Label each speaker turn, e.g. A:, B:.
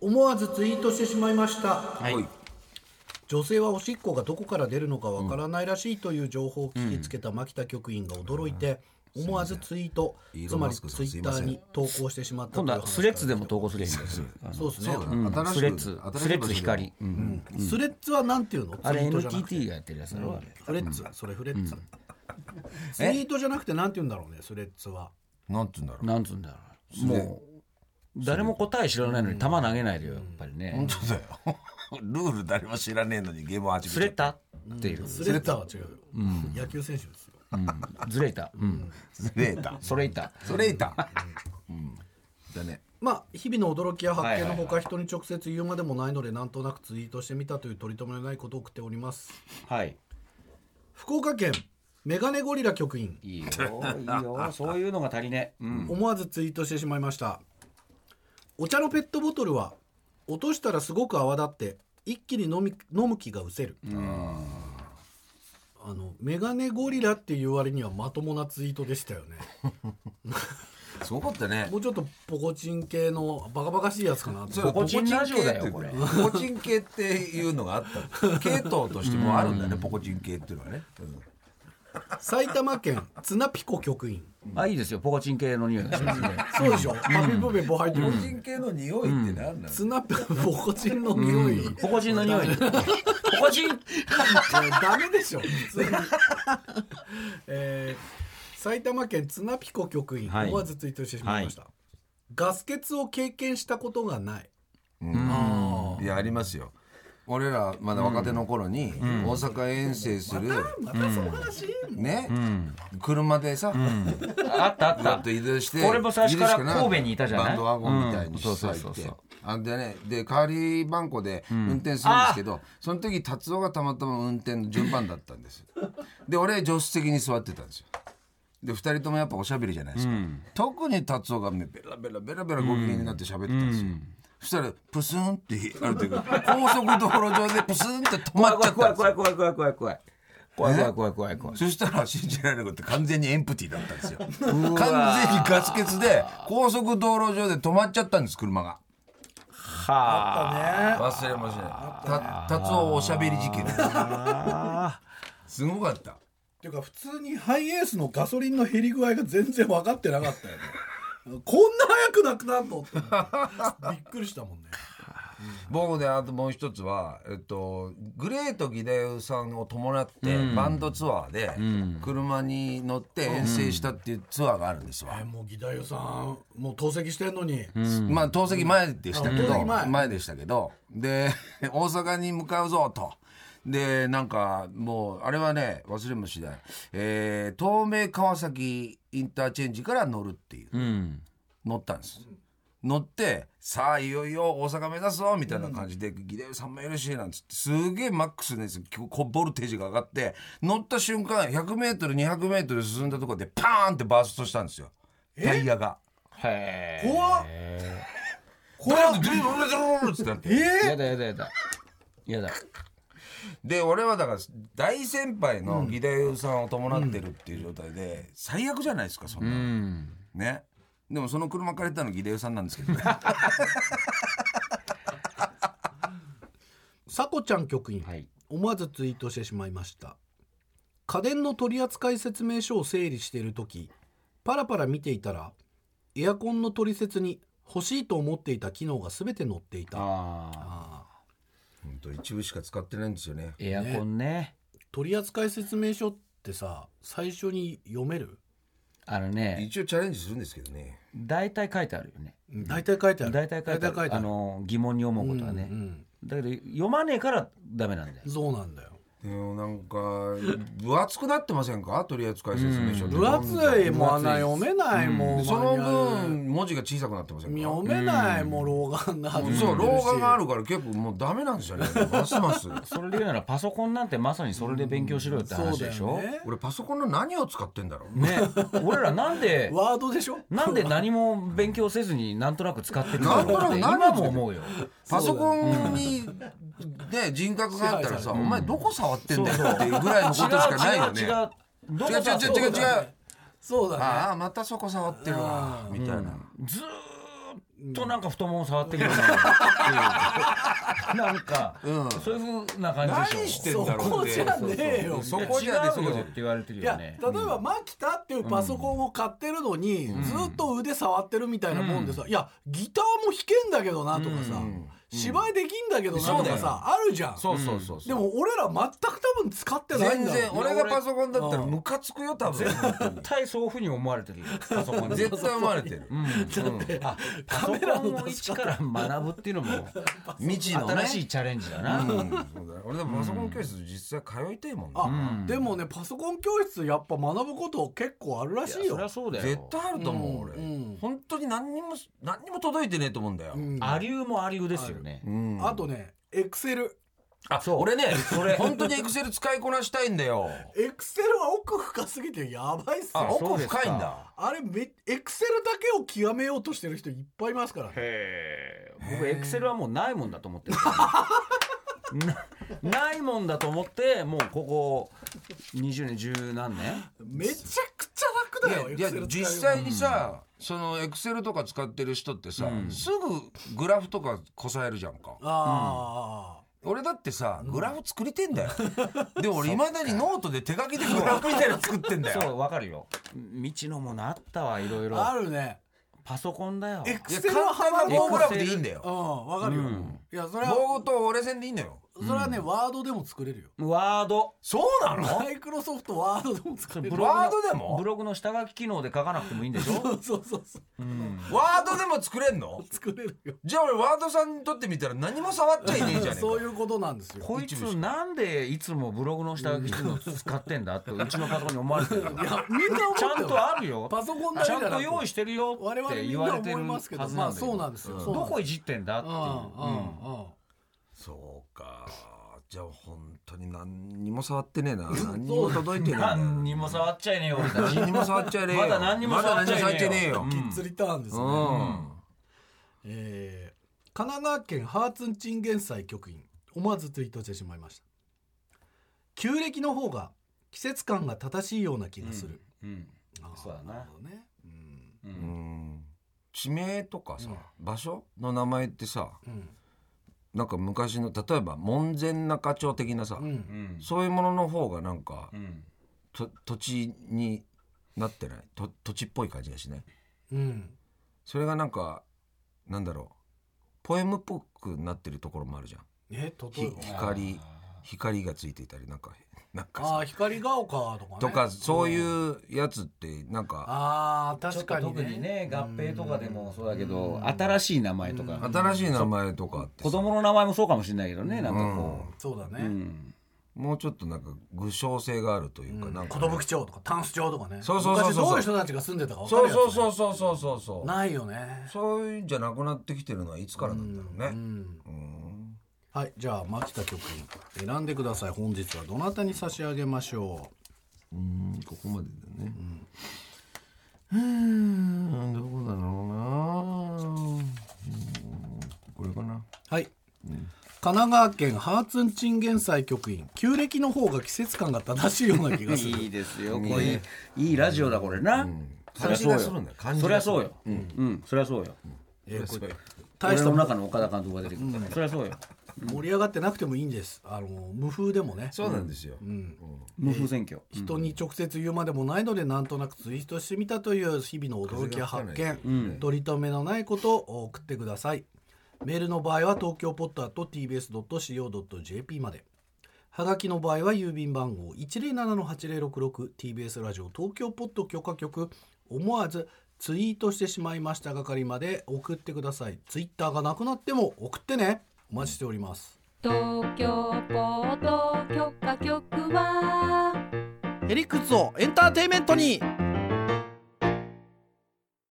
A: 思わずツイートしてしまいました、
B: はい
C: はい
A: 女性はおしっこがどこから出るのかわからないらしいという情報を聞きつけた牧田局員が驚いて、思わずツイート、
C: イー
A: つ
C: ロン
A: ま
C: マ
A: り
C: スクさ
A: ツ
C: ん
A: イッターに投稿してしまったとい
B: 今
A: う
B: 度
A: 話
B: はスレッズでも投稿すればいいんですよ
A: そうですね、
C: そうだ
A: うん
C: 新しく
B: スレッズ
C: 新しい
B: スレッズ光、うん
A: スレッズはなんていうの
B: あれ
A: ツイートじゃなくて
B: NTT がやってるやつだろ、あれ
A: フレッツ、それフレッツ、 ツイートじゃなくてなんて言うんだろうねスレッズは
C: なんて言うんだろう
B: なんつうんだろうもう誰も答え知らないのに球投げないでよやっぱりね、
C: 本当だよ ルール誰も知らねえのにゲームを始
B: ず
C: め
B: れ
C: ちゃった
B: っていう、
A: スレッズは違うよ、野球選手ですよ
B: うんずれた、うん、
C: たず れた
B: それいた
C: それいたうんだね
A: まあ、日々の驚きや発見のほか人に直接言うまでもないのでなんとなくツイートしてみたという取り留めのないことを送っております
B: はい
A: 福岡県メガネゴリラ局員
B: いいよいいよそういうのが足りねえ、うん、
A: 思わずツイートしてしまいましたお茶のペットボトルは落としたらすごく泡立って一気に飲み飲む気がうせるあのメガネゴリラっていう割にはまともなツイートでしたよね
C: すごかったね
A: もうちょっとポコチン系のバカバカしいやつかなと
B: うポコチンラジオだよこれ
C: ポコチン系っていうのがあった系統としてもあるんだねポコチン系っていうのはねうん
A: 埼玉県ツナピコ局員
B: あいいですよポコチン系の匂いがしますね
A: そうでしょパピプペポ入ってる
C: ポコチン系の匂いって何なの
A: ツナピコポコチンの匂い、
B: ポコチンの匂いポコチン
A: ダメでしょ普通に、 えー埼玉県津名ピコ局員、
B: はい
A: 思わずツイートしてしまいました、ガス欠を経験したことがない
C: いやありますよ俺らまだ若手の頃に大阪遠征する
A: またその話、
C: ね車でさ
B: あったあっ
C: ちょ
B: た
C: っと移動して
B: 俺も最初から
C: 移動しな
B: 神戸にいたじゃない
C: バンドワゴンみたいに
B: うん
C: さ
B: そうそうそう
C: 行
B: そう
C: ってあんでねで代わりバンコで運転するんですけど、その時達夫がたまたま運転の順番だったんですで俺助手席に座ってたんですよで2人ともやっぱおしゃべりじゃないですか、特に達夫がねベラベラベラベラご機嫌になって喋ってたんですよ、そしたらプスンってある時 高速道路上でプスンって止まっちゃったんですよ
B: い怖い怖い怖い怖い怖い怖い怖い怖い怖い
C: そしたら信じられなくて完全にエンプティだったんですよ完全にガス欠で高速道路上で止まっちゃったんです車が
B: はあ
A: ね
C: 忘れもしないた達夫おしゃべり事件すごかった
A: っていうか普通にハイエースのガソリンの減り具合が全然分かってなかったよね こんな早くなくなるのってびっくりしたもんね
C: 僕ねあともう一つは、えっと、グレートギデウさんを伴って、バンドツアーで、車に乗って遠征したっていうツアーがあるんですわ
A: え、もう義太夫さんもう透析してんのに、
C: まあ透析前でしたけ
A: うん
C: ど、
A: 透析前
C: 前でしたけどで 大阪に向かうぞとでなんかもうあれはね忘れもしない、えー東名川崎インターチェンジから乗るっていう、
B: うん
C: 乗ったんです乗ってさあいよいよ大阪目指すぞみたいな感じで「ギデルさんもいるし」なんつってすげえマックスですこうボルテージが上がって乗った瞬間 100m200m 進んだところでパーンってバーストしたんですよタイヤが。
B: へえ
A: 怖っ
C: 怖っドゥルドゥルドゥルドゥルってなって
B: やだやだやだやだ
C: で俺はだから大先輩の義太夫さんを伴ってるっていう状態で最悪じゃないですかそんなの、
B: うん
C: ねでもその車借りたの義太夫さんなんですけどね
A: さこちゃん局員、
B: はい
A: 思わずツイートしてしまいました家電の取扱説明書を整理している時パラパラ見ていたらエアコンの取説に欲しいと思っていた機能が全て載っていた
B: ああ
C: 本当一部しか使ってないんですよね
B: エアコンね
A: 取扱説明書ってさ最初に読める
B: あのね
C: 一応チャレンジするんですけどね
B: 大体書いてあるよね
A: 大体書いてある
B: 大体書いてあるあの疑問に思うことはね、
A: うんうん
B: だけど読まねえからダメなんだよ
A: そうなんだよ
C: でもなんか分厚くなってませんか取扱説明書って
A: 分厚いもんあんな読
C: 分厚い
A: めないもん、
C: そ
A: マニ
C: の
A: ュアル
C: 分文字が小さくなってませんか
A: 読めないもん老眼が外れてるし
C: そう老眼があるから結構もうダメなんですよねますます
B: それで言うならパソコンなんてまさにそれで勉強しろよって
A: そう
B: 話
A: だ
B: でしょ
A: よ、ね
C: 俺パソコンの何を使ってんだろう
B: ね俺らな んで
A: ワードでしょ
B: なんで何も勉強せずになんとなく使ってるの
C: なんとな
B: っ
C: く
B: て
C: 何
B: 今も思うよ
C: パソコンに、ね、人格があったらさ、お前どこ触ってんだよっていうぐらいのことしかないよね。
B: 違う違うどこ
C: 違う違う
B: だ
C: 違う違う違う
A: そうだね
C: ああ、またそこ触ってるわ、みたいな。
B: ずーっとなんか太もも触ってくる なっていうなんか、そういうふうな感じでし
C: 何し
B: ょ
C: てんだろう
A: そこじゃねえよ
C: そうそ
B: い
C: うそ
B: や
C: こじゃねえ
B: 違
C: そこ
B: うよ
C: じゃ
B: っ
C: ね
B: て
C: え
B: 言われてる
A: い
B: よ
A: や
B: ね
A: 例えばマキタっていうパソコンを買ってるのに、ずっと腕触ってるみたいなもんでさ、いやギターも弾けんだけどなとかさ、芝居できんだけどなと
C: そうだ
A: か
C: よ
A: さあるじゃん
C: そうそうそうそう
A: でも俺ら全く多分使ってないん
C: 全
A: だ
C: 然
A: よ
C: 俺がパソコンだったら
A: うん
C: ムカつくよ多分
B: 絶対そういうふうに思われてるよパ ソコン
C: 絶対思われてる
B: あパ
A: カ
B: ソ
A: メラ
B: コ
A: の
B: ンを一から学ぶっていうのも
C: 未知のね
B: 新しいチャレンジだな、
C: うんそうだよ俺でもパソコン教室実際通いたいもん
A: あ、
C: ね
A: でもねパソコン教室やっぱ学ぶこと結構あるらし
B: そ
A: い
B: り
A: よ
B: ゃそうだよ
C: 絶対あると思う俺
A: うん
C: 本当に何にも何にも届いてねえと思うんだよ
A: うん
B: アリューもアリューですよね、
C: うん
A: あとねエクセル
C: あ
B: そう
C: 俺ね 本当にエクセル使いこなしたいんだよ
A: エクセルは奥深すぎてやばいっす
C: あ
A: よ
B: そ
C: 奥
B: うですか
C: 深いんだ
A: あれめエクセルだけを極めようとしてる人いっぱいいますからね
B: 僕エクセルはもうないもんだと思って るからねなないもんだと思ってもうここ20年十何年
A: めちゃくちゃ楽だよエ
C: いや
A: クセ
C: いや
A: ル使い
C: 実際にさそのエクセルとか使ってる人ってさすぐグラフとかこさえるじゃんか
A: あ
C: 俺だってさグラフ作りてんだ よでも俺いまだにノートで手書きでグラフみたいなの作ってんだ
B: そ
C: よ
B: うわかるよ道のものあったわいろい
A: あ、
B: ろ
A: あるね
B: パソコンだよ
A: エク
C: いや
A: セルは
C: 簡単
A: 幅
C: な棒グ
A: も
C: ラフでいいんだ
A: う
C: よ
A: んわかるよ、
B: うん
A: いやそれは
C: 棒と折れ線でいいんだよ
A: それはね、ワードでも作れるよ
B: ワード
C: そうなの
A: マイクロソフトワードでも作
B: そ
A: れ
B: れ
A: る
B: ブログの
C: ワードでも
B: ブログの下書き機能で書かなくてもいいんで しょ、
A: そうそうそうそう
B: うん
C: ワードでも作れんの
A: 作れるよ
C: じゃあ俺ワードさんにとってみたら何も触っちゃいねえ じゃねえ
A: そう
C: か
A: いうことなんですよ
B: こいつなんでいつもブログの下書き機能使ってんだってうちのパソコンに思われてるよ
A: いやみんな思って
B: ちゃん
A: る
B: とあるよ
A: パソコンだけ
B: ち
A: じ
B: ゃ
A: ゃなく
B: んと用意してるよ
A: 我
B: っ
A: 々
B: て
A: みん
B: 言わ
A: な
B: れてる
A: 思い
B: は
A: ます
B: ず
A: け
B: な
A: ど
B: んだ
A: まあそうなんですよ、そうなんで
B: ど
A: す
B: こいじってんだっていう
A: うんうんうん
C: そうかじゃあ本当に何にも触ってね えな何に
A: そ
C: も
A: う
C: 届いてねえな
B: 何にも触っちゃいねえよ俺たち
C: 何にも触っちゃいねえよ
B: まだ何にも触っちゃいねえよ
C: まだ何にも触っちゃいねえよ
A: きっつりターンですね、
C: うん
A: えー神奈川県ハーツンチンゲン祭局員思わずツイートしてしまいました旧暦の方が季節感が正しいような気がする、
B: うん
A: あー
B: そうだな
A: るほどね、うん
B: う
C: うんん地名とかさ場所の名前ってさ
A: うん
C: なんか昔の例えば門前仲町的なさ
A: うん
B: うん
C: そういうものの方がなんか
B: うん
C: と土地になってないと土地っぽい感じがしない
A: うん
C: それがなんかなんだろうポエムっぽくなってるところもあるじゃん
A: ね例
C: ひ
A: えば
C: 光光がついていたりなんかなんか
A: あ
C: さ
A: あー光が丘とかね
C: とかそういうやつってなんか
A: ああ
B: ちょっ
A: 確か
B: と
A: にね
B: 特にね合併とかでもそうだけど新しい名前とか
C: 新しい名前とかって
B: 子供の名前もそうかもしれないけどねなんかこ
A: そうだ
B: うう
A: ね
B: ん
C: もうちょっとなんか具象性があるというかなんか
A: 寿町とか丹須町とかね
C: そうそうそうそう
A: 昔どういう人たちが住んでたか分かる
C: そ
A: や
C: う
A: つね
C: そうそうそうそうそうそう
A: ないよね
C: そういうんじゃなくなってきてるのはいつからなんだろうね
A: はいじゃあ牧田局員選んでください本日はどなたに差し上げましょ
C: うんここまでだねうんんどこだろうなうんこれかな
A: うはい、神奈川県ハーツンチンゲン祭局員旧暦の方が季節感が正しいような気がする
B: いいですよこれいいラジオだこれなそりゃ
C: 感じ
B: そう
C: がするん
B: よ
C: だよ感じ
B: そりゃ
C: がする
B: そうようんそりゃそうよ
A: えーこれ大
B: 大
A: し
B: したた
A: も
B: 中の岡田監督が出てくるからそりゃそうよ
A: 盛り上がってなくてもいいんですあの無風でもね
C: そうなんですよ
B: 無風選挙
A: 人に直接言うまでもないのでなんとなくツイートしてみたという日々の驚きや発
C: 風が
A: 見、取り留めのないことを送ってくださいメールの場合は東京ポッターと tbs.co.jp まではがきの場合は郵便番号 107-8066TBS ラジオ東京ポッド許可局思わずツイートしてしまいました係まで送ってくださいツイッターがなくなっても送ってねお待ちしております
D: 東京ポート許可局は
A: ヘリクツをエンターテイメントに